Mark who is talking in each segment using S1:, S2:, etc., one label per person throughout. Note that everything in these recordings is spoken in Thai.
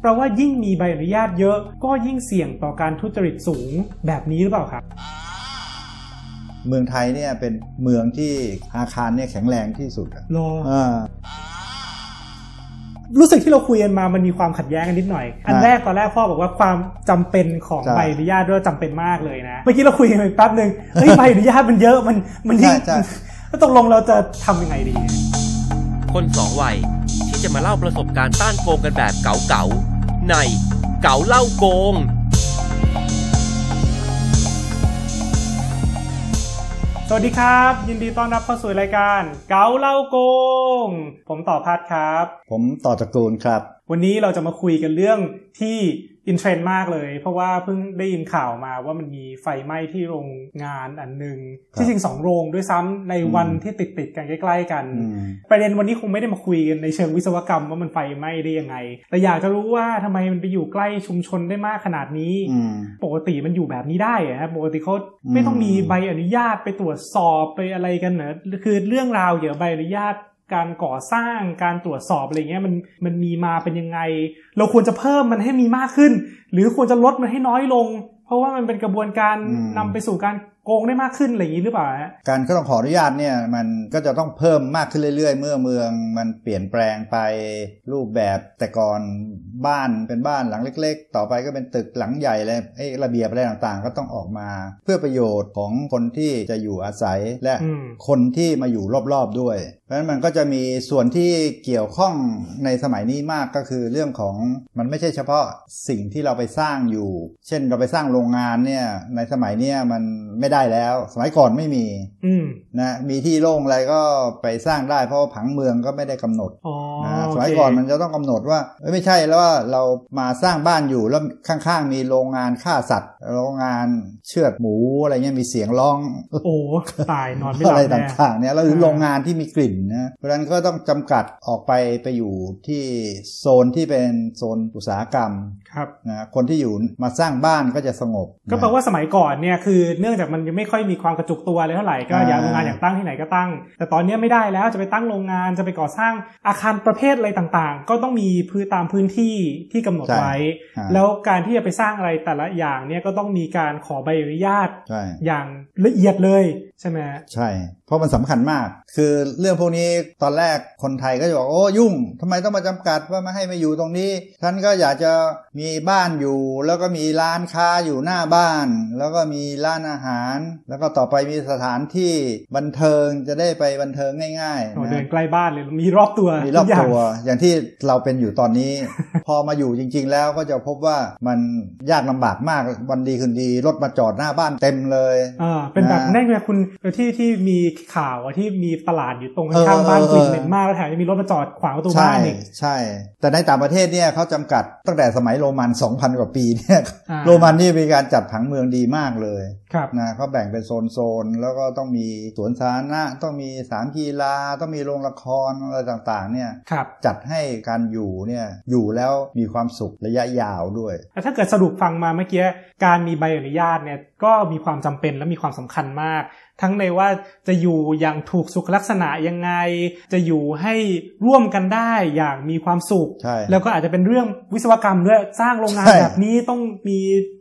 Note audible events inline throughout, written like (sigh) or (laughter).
S1: เพราะว่ายิ่งมีใบอนุญาตเยอะ ก็ยิ่งเสี่ยงต่อการทุจริตสูงแบบนี้หรือเปล่าครับ
S2: เมืองไทยเนี่ยเป็นเมืองที่อาคารเนี่ยแข็งแรงที่สุดอะ
S1: รอ
S2: อ่า
S1: รู้สึกที่เราคุยกันมามันมีความขัดแย้งกันนิดหน่อย อัน
S2: ใช่
S1: แรกตอนแรกพ่อบอกว่าความจำเป็นของ
S2: ใช่
S1: ใบอนุญาตด้วยจำเป็นมากเลยนะ เมื่อกี้เราคุยกันไปแป๊บหนึ่งเฮ้ย ใบอนุญาตมันเยอะมันมันยิ่ง
S2: ใช่ใช่
S1: (laughs) แล้วตกลงเราจะทำยังไงดี
S3: คนสองวัยที่จะมาเล่าประสบการณ์ต้านโกงกันแบบเก๋าๆในเก๋าเล่าโกง
S1: สวัสดีครับ ยินดีต้อนรับเข้าสู่รายการ เกาเล่าโกง ผมต่อพัดครับ
S2: ผมต่อตระกูลครับ
S1: วันนี้เราจะมาคุยกันเรื่องที่อินเทรนด์มากเลย เพราะว่าเพิ่งได้ยินข่าวมาว่ามันมีไฟไหม้ที่โรงงานอันหนึ่ง
S2: ครับ
S1: ที่จริงสองโรงด้วยซ้ำในวัน
S2: อืม
S1: ที่ติดติดๆกันใกล้ๆกัน
S2: อืม
S1: ประเด็นวันนี้คงไม่ได้มาคุยกันในเชิงวิศวกรรมว่ามันไฟไหม้ได้ยังไง แต่อยากจะรู้ว่าทำไมมันไปอยู่ใกล้ชุมชนได้มากขนาดนี้
S2: อืม
S1: ปกติมันอยู่แบบนี้ได้เหรอฮะปกติเขาไม่ต้องมีใบอนุญาตไปตรวจสอบไปอะไรกันเนอะคือเรื่องราวเกี่ยวกับใบอนุญาตการก่อสร้างการตรวจสอบอะไรเงี้ยมันมันมีมาเป็นยังไง เราควรจะเพิ่มมันให้มีมากขึ้น หรือควรจะลดมันให้น้อยลง เพราะว่ามันเป็นกระบวนการ
S2: อืม
S1: นำไปสู่การโกงได้มากขึ้นอะไรอย่างนี้หรือเปล่าฮะ
S2: การก็ต้องขออนุญาตเนี่ยมันก็จะต้องเพิ่มมากขึ้นเรื่อย ๆ เมื่อเมืองมันเปลี่ยนแปลงไปรูปแบบแต่ก่อนบ้านเป็นบ้านหลังเล็ก ๆ ต่อไปก็เป็นตึกหลังใหญ่เลยไอ้ระเบียบอะไรต่างๆ ก็ต้องออกมา เพื่อประโยชน์ของคนที่จะอยู่อาศัยและ
S1: อืม
S2: คนที่มาอยู่รอบๆด้วย เพราะฉะนั้นมันก็จะมีส่วนที่เกี่ยวข้องในสมัยนี้มากก็คือเรื่องของมันไม่ใช่เฉพาะสิ่งที่เราไปสร้างอยู่ เช่นเราไปสร้างโรงงานเนี่ยในสมัยเนี้ยมันไม่ได้แล้ว สมัยก่อนไม่มี
S1: อืม
S2: นะมีที่โล่งอะไรก็ไปสร้างได้เพราะว่าผังเมืองก็ไม่ได้กำหนด
S1: อ๋อ
S2: นะ
S1: โเค
S2: สมัยก่อนมันจะต้องกำหนดว่าเอ้ยไม่ใช่แล้วว่าเรามาสร้างบ้านอยู่แล้วข้างๆ มีโรงงานฆ่าสัตว์ โรงงานเชือดหมูอะไรเงี้ยมีเสียงร้อง
S1: โอ้ ตายนอนไม่ห
S2: อะไร
S1: ลับแน่
S2: ต่างๆเนี่ยแล้วหรือ
S1: เออ
S2: โรงงานที่มีกลิ่นนะเพราะฉะนั้นก็ต้องจำกัดออกไปไปอยู่ที่โซนที่เป็นโซนอุตสาหกรรม
S1: ครับ
S2: นะคนที่อยู่มาสร้างบ้านก็จะสงบนะ
S1: ก็แปลว่าสมัยก่อนเนี่ยคือเนื่องจากมันยังไม่ค่อยมีความกระจุกตัวเลยเท่าไหร่ก็
S2: อ่า
S1: อยากโรงงานอยากตั้งที่ไหนก็ตั้ง แต่ตอนเนี้ยไม่ได้แล้วจะไปตั้งโรงงานจะไปก่อสร้างอาคารประเภทอะไรต่างๆ ก็ต้องมีพื้นตามพื้นที่ที่กำหนดไว้
S2: อ่า
S1: แล้วการที่จะไปสร้างอะไรแต่ละอย่างเนี่ยก็ต้องมีการขอใบอนุญาต
S2: ใช่
S1: อย่างละเอียดเลยใช่ไหม
S2: ใช่ เพราะมันสำคัญมาก คือเรื่องพวกนี้ตอนแรกคนไทยก็จะบอกโอ้ยุ่งทำไมต้องมาจำกัดว่าไม่ให้มาอยู่ตรงนี้ฉันก็อยากจะมีบ้านอยู่ แล้วก็มีร้านค้าอยู่หน้าบ้าน แล้วก็มีร้านอาหาร แล้วก็ต่อไปมีสถานที่บันเทิงจะได้ไปบันเทิงง่ายๆ
S1: โอ้
S2: นะ
S1: เดินใกล้บ้านเลยมีรอบตัว
S2: มีรอบ
S1: ทุกย่าง
S2: ตัว อย่างที่เราเป็นอยู่ตอนนี้ พอมาอยู่จริง ๆ แล้วก็จะพบว่ามันยากลำบากมากวันดีคืนดีรถมาจอดหน้าบ้านเต็มเลย
S1: อ่าเป็นแบบ
S2: นะ
S1: นั่นไงคุณที่ที่มีข่าวอะที่มีตลาดอยู่ตรง
S2: เออ
S1: ข้างๆบ้าน
S2: เออ
S1: ก
S2: เออ
S1: ลิ่นเหม็นมากแล้วแถมยังมีรถมาจอดขวางประตู
S2: ใช่
S1: บ้านอีก
S2: ใช่ แต่ในต่างประเทศเนี่ยเขาจำกัดตั้งแต่สมัยโรมัน 2,000 กว่าปีเนี่ย
S1: อ่า
S2: โรมันนี่มีการจัดผังเมืองดีมากเลย
S1: ครับ
S2: นะเขาแบ่งเป็นโซนๆแล้วก็ต้องมีสวนสาธารณะต้องมีสนามกีฬาต้องมีโรงละครอะไรต่างๆเนี่ย
S1: ครับ
S2: จัดให้การอยู่เนี่ยอยู่แล้วมีความสุขระยะยาวด้วย
S1: แล้วถ้าเกิดสรุปฟังมาเมื่อกี้การมีใบอนุญาตเนี่ยก็มีความจำเป็นและมีความสำคัญมาก ทั้งในว่าจะอยู่อย่างถูกสุขลักษณะยังไง จะอยู่ให้ร่วมกันได้อย่างมีความสุข
S2: ใช่
S1: แล้วก็อาจจะเป็นเรื่องวิศวกรรมด้วยสร้างโรงงาน
S2: ใช่
S1: แบบนี้ต้องมี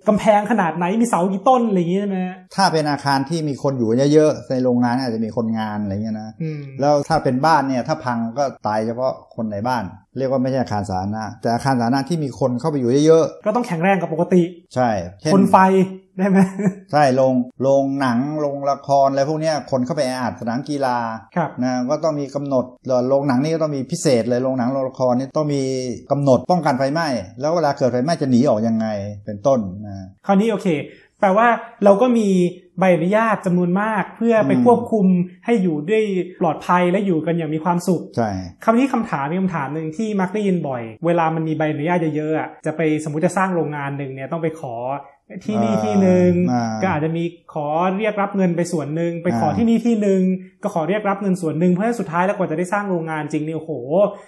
S1: กำแพงขนาดไหนมีเสากี่ต้นอะไรอย่างงี้ใช่ไหมฮะ
S2: ถ้าเป็นอาคารที่มีคนอยู่เยอะๆ ในโรงงานอาจจะมีคนงานอะไรเงี้ยนะ
S1: อืม
S2: แล้วถ้าเป็นบ้านเนี่ยถ้าพังก็ตายเฉพาะคนในบ้าน เรียกว่าไม่ใช่อาคารสาธารณะแต่อาคารสาธารณะที่มีคนเข้าไปอยู่เยอะ
S1: ก็ต้องแข็งแรงกับปกติ
S2: ๆ ใช่เช่
S1: คนไฟได้ไหม
S2: ใช่โรงโรงหนังโรงละครอะไรพวกเนี้ยคนเข้าไปแออัดสนามกีฬา
S1: ครับ
S2: นะก็ต้องมีกำหนดแล้วโรงหนังนี่ก็ต้องมีพิเศษเลยโรงหนังโรงละครนี่ต้องมีกำหนดป้องกันไฟไหม้แล้วเวลาเกิดไฟไหม้จะหนีออกยังไงเป็นต้นนะ
S1: คราวนี้โอเค แปลว่าเราก็มีใบอนุญาตจำนวนมาก เพื่อไป
S2: อืม
S1: ควบคุมให้อยู่ด้วยปลอดภัยและอยู่กันอย่างมีความสุข
S2: ใช่
S1: คำนี้คำถามมีคำถามหนึ่งที่มักได้ยินบ่อย เวลามันมีใบอนุญาตเยอะๆอะจะไปสมมติจะสร้างโรงงานหนึ่งเนี่ยต้องไปขอ ที่นี่ที่หนึ่ง
S2: อ่า
S1: ก็อาจจะมีขอเรียกรับเงินไปส่วนหนึ่งไปขออา ที่นี่ที่หนึ่งก็ขอเรียกรับเงินส่วนหนึ่งเพื่อให้สุดท้ายแล้วกว่าจะได้สร้างโรงงานจริงเนี่ยโอ้โห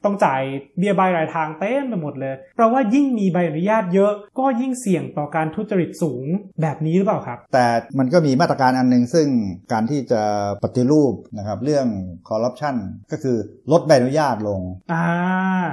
S1: ต้องจ่ายเบี้ยใบายรายทางเต็มไปหมดเลยเพราะว่ายิ่งมีใบอนุญาตเยอะ ก็ยิ่งเสี่ยงต่อการทุจริตสูงแบบนี้หรือเปล่าครับ
S2: แต่มันก็มีมาตรการอันหนึ่งซึ่งการที่จะปฏิรูปนะครับเรื่องคอร์รัปชันก็คือลดใบอนุญาตลง
S1: อ่า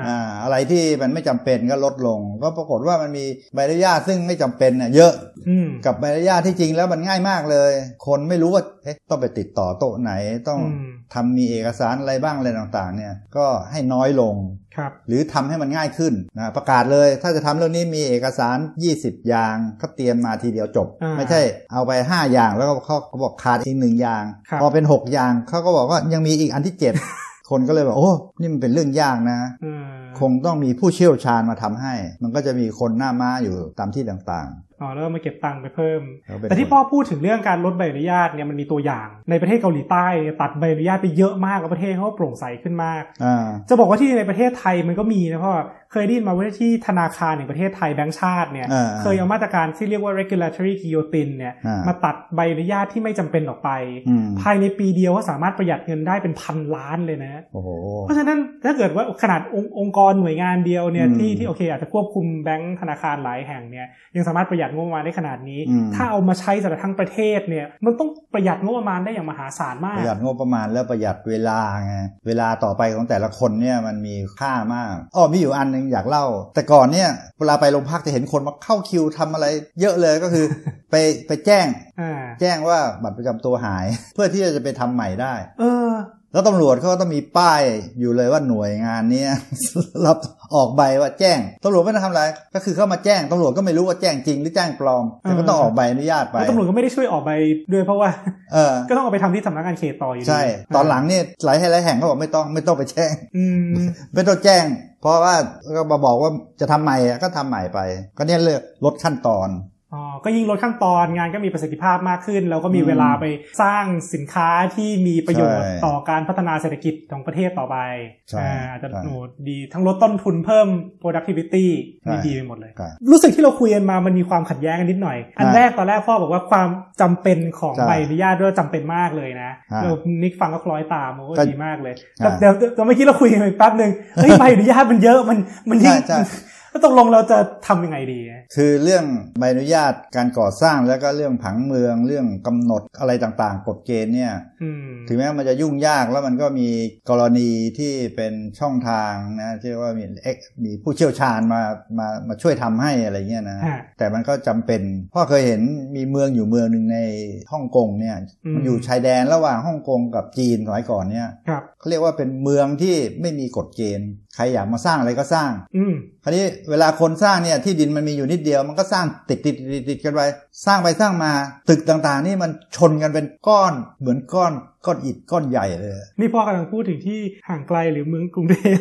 S2: อ่าอะไรที่มันไม่จำเป็นก็ลดลง ก็ปรากฏว่ามันมีใบอนุญาตซึ่งไม่จำเป็นน่ะเยอะ
S1: อืม
S2: กับใบอนุญาตที่จริงแล้วมันง่ายมากเลย คนไม่รู้ว่าเอ๊ะต้องไปติดต่อโต๊ะไหนต้อง
S1: อืม
S2: ทำมีเอกสารอะไรบ้างอะไรต่างๆเนี่ยก็ให้น้อยลง
S1: ครับ
S2: หรือทำให้มันง่ายขึ้นนะประกาศเลยถ้าจะทำเรื่องนี้มีเอกสาร 20 อย่างก็เตรียมมาทีเดียวจบ
S1: า
S2: ไม่ใช่เอาไป 5 อย่างแล้วก็เขาก็บอกขาดอีกหนึ่งอย่าง
S1: ครับ
S2: พอเป็น 6 อย่างเขาก็บอกว่ายังมีอีกอันที่
S1: (laughs)
S2: 7 คนก็เลยบอกโอ้นี่มันเป็นเรื่องยากนะ
S1: เออ
S2: คงต้องมีผู้เชี่ยวชาญมาทำให้ มันก็จะมีคนหน้าม้าอยู่ตามที่ต่าง
S1: อ๋อแล้วมาเก็บตังค์ไปเพิ่ม
S2: ๆล้วเป็น
S1: แต่ที่
S2: คน
S1: พ่อพูดถึงเรื่องการลดใบอนุญาตเนี่ยมันมีตัวอย่าง ในประเทศเกาหลีใต้ตัดใบอนุญาตไปเยอะมากแล้วประเทศเขาก็โปร่งใสขึ้นมาก
S2: อ่า
S1: จะบอกว่าที่ในประเทศไทยมันก็มีนะพ่อเคยได้ยินมาว่าที่ธนาคารแห่งประเทศไทยแบงก์ชาติเนี่ย
S2: อ่า
S1: เคยเอามาตรการที่เรียกว่า regulatory guillotine เนี่ย
S2: อ่าม
S1: มาตัดใบอนุญาตที่ไม่จำเป็นออกไป
S2: อืม
S1: ภายในปีเดียวก็สามารถประหยัดเงินได้เป็นพันล้านเลยนะ
S2: โอ้โห
S1: เพราะฉะนั้นถ้าเกิดว่าขนาดองค์องค์กรหน่วยงานเดียวเนี่ย
S2: อืม
S1: ที่ที่โอเคอาจจะควบคุมแบงก์ธนาคารหลายแห่งเนี่ยยังสามารถประหยัดงบประมาณได้ขนาดนี้
S2: อืม
S1: ถ้าเอามาใช้สำหรับทั้งประเทศเนี่ยมันต้องประหยัดงบประมาณได้อย่างมหาศาลมา
S2: ป
S1: ก
S2: ระหยัดงบประมาณแล้วประหยัดเวลาไงเวลาต่อไปของแต่ละคนเนี่ยมันมีค่ามากอ้อมีอยู่อันหนึงอยากเล่า แต่ก่อนเนี่ยเวลาไปโรงพักจะเห็นคนมาเข้าคิวทำอะไร เยอะเลยก็คือ (laughs) ไปไปแจ้ง
S1: อ่า
S2: แจ้งว่าบัตรประจำตัวหาย (laughs) เพื่อที่จะไปทำใหม่ได้
S1: เออ
S2: แล้วตำรวจเขาก็ต้องมีป้ายอยู่เลยว่าหน่วยงานเนี้ย (laughs) รับออกใบว่าแจ้งตำรวจไม่ต้องทำอะไรก็คือเข้ามาแจ้งตำรวจก็ไม่รู้ว่าแจ้งจริงหรือแจ้งปลอมแต่ก็ต้องออกใบอนุญาตไป
S1: แล้วตำรวจก็ไม่ได้ช่วยออกใบด้วยเพราะว่า
S2: เออ
S1: ก็ต้องเอาไปทำที่สำนักงานเขตต่ออยู่ดี
S2: ใช่ ตอนหลังเนี่ยหลายหลายแห่งเขาบอกไม่ต้องไม่ต้องไปแจ้ง (laughs)
S1: อืม
S2: ไม่ต้องแจ้ง เพราะว่าก็มาบอกว่าจะทำใหม่อะก็ทำใหม่ไป ก็เนี่ยเลือกลดขั้นตอน
S1: อ๋อ ก็ยิ่งลดขั้นตอนงานก็มีประสิทธิภาพมากขึ้น เราก็มี
S2: อืม
S1: เวลาไปสร้างสินค้าที่มีประโยชน์
S2: ใช่
S1: ต่อการพัฒนาเศรษฐกิจของประเทศต่อไป
S2: ใช่
S1: อ่าอาจจะ
S2: ใช่
S1: โหนูดีทั้งลดต้นทุนเพิ่ม productivity
S2: ใช่
S1: ดีดีไปหมดเลย
S2: ครับ
S1: รู้สึกที่เราคุยกันมามันมีความขัดแย้งกันนิดหน่อย อัน
S2: อ่า
S1: แรกตอนแรกพ่อบอกว่าความจำเป็นของ
S2: ใช่
S1: ใบอนุญาตด้วยจำเป็นมากเลยนะ
S2: อ่า
S1: เรานิกฟังก็คล้อยตามโอ้โห
S2: ก็
S1: ดีมากเลยแต่
S2: อ่า
S1: เดี๋ยวเดี๋ยวเดี๋ยวเมื่อกี้เราคุยกันไปแป๊บหนึ่งเฮ้ย ใบอนุญาตมันเยอะมันมันยิ่ง
S2: ใช่ใช่
S1: แล้วตกลงเราจะทำยังไงดี
S2: คือเรื่องใบอนุญาตการก่อสร้างแล้วก็เรื่องผังเมืองเรื่องกำหนดอะไรต่างๆกฎเกณฑ์เนี่ย
S1: อืม
S2: ถึงแม้มันจะยุ่งยากแล้วมันก็มีกรณีที่เป็นช่องทางนะที่ว่ามีเอ็กมีผู้เชี่ยวชาญมามามาช่วยทำให้อะไรเงี้ยนะ
S1: ฮะ
S2: แต่มันก็จำเป็นพ่อเคยเห็นมีเมืองอยู่เมืองหนึ่งในฮ่องกงเนี่ย
S1: อืม
S2: มันอยู่ชายแดนระหว่างฮ่องกงกับจีนสมัยก่อนเนี่ย
S1: ครับ
S2: เขาเรียกว่าเป็นเมืองที่ไม่มีกฎเกณฑ์ ใครอยากมาสร้างอะไรก็สร้าง
S1: อืม
S2: คราวนี้เวลาคนสร้างเนี่ยที่ดินมันมีอยู่นิดเดียว มันก็สร้างติดติดติดติดกันไปสร้างไปสร้างมาตึกต่างๆ นี่มันชนกันเป็นก้อนเหมือนก้อนก้อนอิฐก้อนใหญ่เลย (laughs)
S1: นี่พ่อกำลังพูดถึงที่ห่างไกลหรือเมืองกรุงเทพ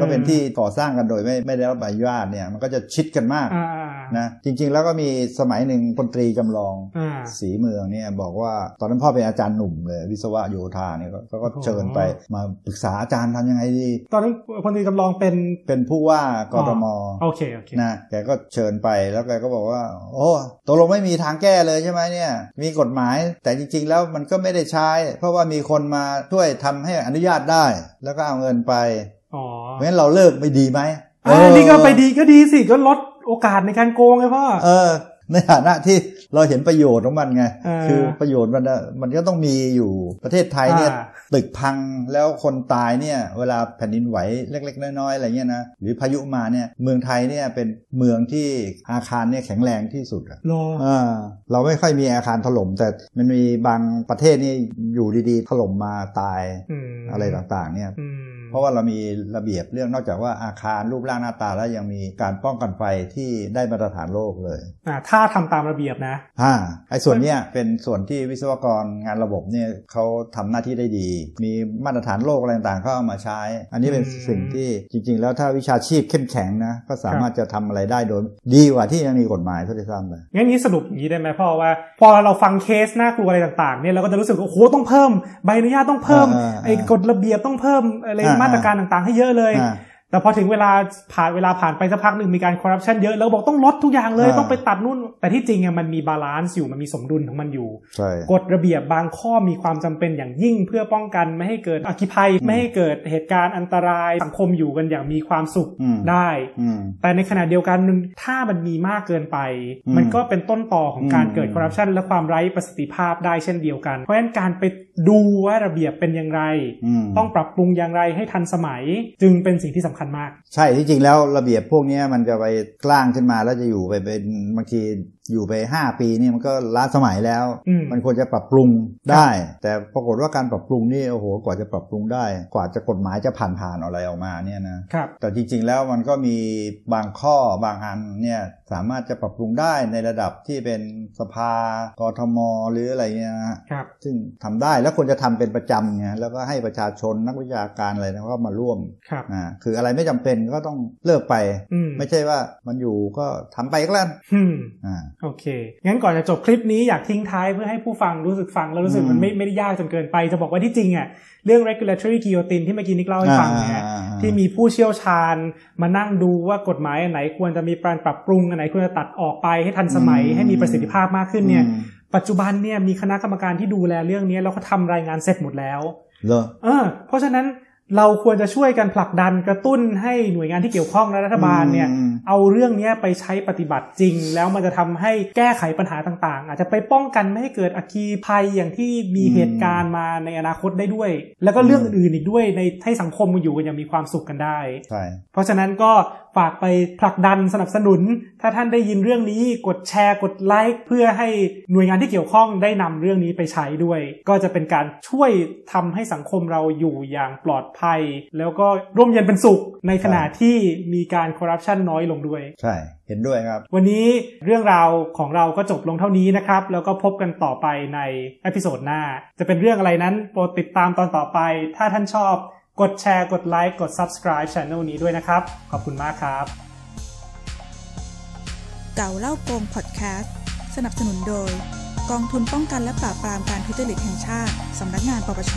S2: ก็เป็นที่ก่อสร้างกันโดยไม่ไม่ได้รับใบอนุญาตเนี่ยมันก็จะชิดกันมาก
S1: อ่า
S2: นะจริงๆแล้วก็มีสมัยหนึ่งพลตรีจำลอง
S1: อ่า
S2: สีเมืองเนี่ยบอกว่าตอนนั้นพ่อเป็นอาจารย์หนุ่มเลย วิศวะโยธาเนี่ยก็ก็ก็เชิญไปมาปรึกษาอาจารย์ทำยังไงดี
S1: ตอนนั้นพลตรีจำลองเป็น
S2: เป็นผู้ว่ากทม
S1: โอเคโอเค
S2: นะแกก็เชิญไปแล้วแกก็บอกว่า โอ้ตกลงไม่มีทางแก้เลยใช่ไหมเนี่ย มีกฎหมายแต่จริง ๆ แล้วมันก็ไม่ได้ใช้ เพราะว่ามีคนมาช่วยทำให้อนุญาตได้ แล้วก็เอาเงินไป
S1: อ๋อ
S2: เพราะฉะนั้นเราเลิกไม่ดีไหม
S1: อ่านี่ก็ไปดีก็ดีสิก็ลดโอกาสในการโกงไงพ่อ
S2: เออ ในฐานะที่เราเห็นประโยชน์ของมันไง
S1: เออ
S2: คือประโยชน์มันน่ะมันก็ต้องมีอยู่ประเทศไทยเนี่ย
S1: อ่า
S2: ตึกพังแล้วคนตายเนี่ย เวลาแผ่นดินไหวเล็ก ๆ น้อยๆอะไรเงี้ยนะหรือพายุมาเนี่ยเมืองไทยเนี่ยเป็นเมืองที่อาคารเนี่ยแข็งแรงที่สุดอะ
S1: รอ
S2: อ่าเราไม่ค่อยมีอาคารถล่ม แต่มันมีบางประเทศนี่อยู่ดีๆ ถล่มมาตาย
S1: ม
S2: อะไรต่างๆเนี่ย
S1: อืม
S2: เพราะว่าเรามีระเบียบเรื่องนอกจากว่าอาคารรูปร่างหน้าตาแล้วยังมีการป้องกันไฟที่ได้มาตรฐานโลกเลย
S1: อ่าถ้าทำตามระเบียบนะ
S2: อ่าไอ้ส่วนเนี้ยเป็นส่วนที่วิศวกรงานระบบเนี่ยเขาทำหน้าที่ได้ดี มีมาตรฐานโลกอะไรต่างๆเขาเอามาใช้ อันนี้เป็น
S1: อืม
S2: สิ่งที่จริง ๆ แล้วถ้าวิชาชีพเข้มแข็งนะก็สามารถจะทำอะไรได้โดยดีกว่าที่ยังมีกฎหมายเท่าที่ทราบเลย
S1: งั้นนี้สรุปอย่างนี้ได้ไหมพ่อว่า พอเราฟังเคสน่ากลัวอะไรต่างๆเนี่ยเราก็จะรู้สึกว่าโอ้โหต้องเพิ่มใบอนุญาตต้องเพิ่ม
S2: อ่าอ่าอ่า
S1: ไอ้กฎระเบียบต้องเพิ่มอะไร
S2: อ่าอ่าม
S1: มาตรการต่างๆ ให้เยอะเลย
S2: อ่า
S1: แ แต่พอถึงเวลาผ่านเวลาผ่านไปสักพักหนึ่งมีการคอร์รัปชันเยอะแล้วบอกต้องลดทุกอย่างเลย
S2: อ่า
S1: ต้องไปตัดนู่น แต่ที่จริงอะมันมีบาลานซ์อยู่มันมีสมดุลของมันอยู่
S2: ใช่
S1: กฎระเบียบบางข้อมีความจำเป็นอย่างยิ่งเพื่อป้องกันไม่ให้เกิดอคคีภัย ไม่ให้เกิดเหตุการณ์อันตรายสังคมอยู่กันอย่างมีความสุข
S2: อืม
S1: ได้
S2: อืม
S1: แต่ในขณะเดียวกันมันถ้ามันมีมากเกินไป
S2: อืม
S1: มันก็เป็นต้นต่อของการ
S2: อืม
S1: เกิดคอร์รัปชันและความไร้ประสิทธิภาพได้เช่นเดียวกัน เพราะฉะนั้นการไปดูว่าระเบียบเป็นอย่างไร
S2: อืม
S1: ต้องปรับปรุงอย่างไรให้ทันสมัย จึงเป็นสิ่งที่สำคัญมาก
S2: ใช่ที่จริงแล้วระเบียบพวกเนี้ยมันจะไปกล้างขึ้นมาแล้วจะอยู่ไปเป็นบางทีอยู่ไป 5 ปีนี่มันก็ล้าสมัยแล้ว
S1: อืม
S2: มันควรจะปรับปรุงได้ แต่ปรากฏว่าการปรับปรุงนี่โอ้โหกว่าจะปรับปรุงได้ กว่าจะกฎหมายจะผ่านผ่านอะไรออกมาเนี่ยนะครับ แต่จริงๆแล้วมันก็มีบางข้อบางอันเนี่ยสามารถจะปรับปรุงได้ในระดับที่เป็นสภากทมหรืออะไรเงี้ยนะฮะ
S1: ครับ
S2: ซึ่งทำได้แล้วควรจะทำเป็นประจำไงแล้วก็ให้ประชาชนนักวิชาการอะไรนะก็มาร่วม
S1: ครับ
S2: อ่าคืออะไรไม่จำเป็นก็ต้องเลิกไป
S1: อืม
S2: ไม่ใช่ว่ามันอยู่ก็ทำไปก็แล้ว
S1: อืม
S2: อ่า
S1: โอเค งั้นก่อนจะจบคลิปนี้อยากทิ้งท้ายเพื่อให้ผู้ฟังรู้สึกฟังแล้วรู้สึกมัน
S2: อืม
S1: ไม่ไม่ได้ยากจนเกินไป จะบอกว่าที่จริงอ่ะเรื่อง regulatory guillotine ที่เมื่อกี้นิกเล่าให้ฟังเนี่ย
S2: อ่าอ่าอ่า
S1: ที่มีผู้เชี่ยวชาญมานั่งดูว่ากฎหมายอันไหนควรจะมีการปรับปรุงอันไหนควรจะตัดออกไปให้ทันสมัย
S2: อืม
S1: ให้มีประสิทธิภาพมากขึ้นเนี่ย
S2: อืม
S1: ปัจจุบันเนี่ยมีคณะกรรมการที่ดูแลเรื่องนี้แล้วก็ทำรายงานเสร็จหมดแล้ว
S2: เหรอ
S1: เออเพราะฉะนั้นเราควรจะช่วยกันผลักดันกระตุ้นให้หน่วยงานที่เกี่ยวข้องและรัฐบาลเนี่ย
S2: อืม
S1: เอาเรื่องเนี้ยไปใช้ปฏิบัติจริง แล้วมันจะทำให้แก้ไขปัญหาต่างๆ อาจจะไปป้องกันไม่ให้เกิดอัคคีภัยอย่างที่มีเหตุการณ์มาในอนาคตได้ด้วย แล้วก็เรื่องอื่นๆอีกด้วยในให้สังคมมันอยู่กันอย่างมีความสุขกันได้
S2: ใช่
S1: เพราะฉะนั้นก็ฝากไปผลักดันสนับสนุน ถ้าท่านได้ยินเรื่องนี้กดแชร์กดไลค์เพื่อให้หน่วยงานที่เกี่ยวข้องได้นำเรื่องนี้ไปใช้ด้วย ก็จะเป็นการช่วยทำให้สังคมเราอยู่อย่างปลอดภัย แล้วก็ร่มเย็นเป็นสุข ในขณะที่มีการคอร์รัปชันน้อยลงด้วย
S2: ใช่เห็นด้วยครับ
S1: วันนี้เรื่องราวของเราก็จบลงเท่านี้นะครับ แล้วก็พบกันต่อไปในเอพิโซดหน้า จะเป็นเรื่องอะไรนั้นโปรดติดตามตอนต่อไป ถ้าท่านชอบกดแชร์กดไลค์กด subscribe channel นี้ด้วยนะครับ ขอบคุณมากครับ
S4: เก่าเล่าโกงพอดแคสต์ สนับสนุนโดย กองทุนป้องกันและปราบปรามการทุจริตแห่งชาติ สำนักงานปปช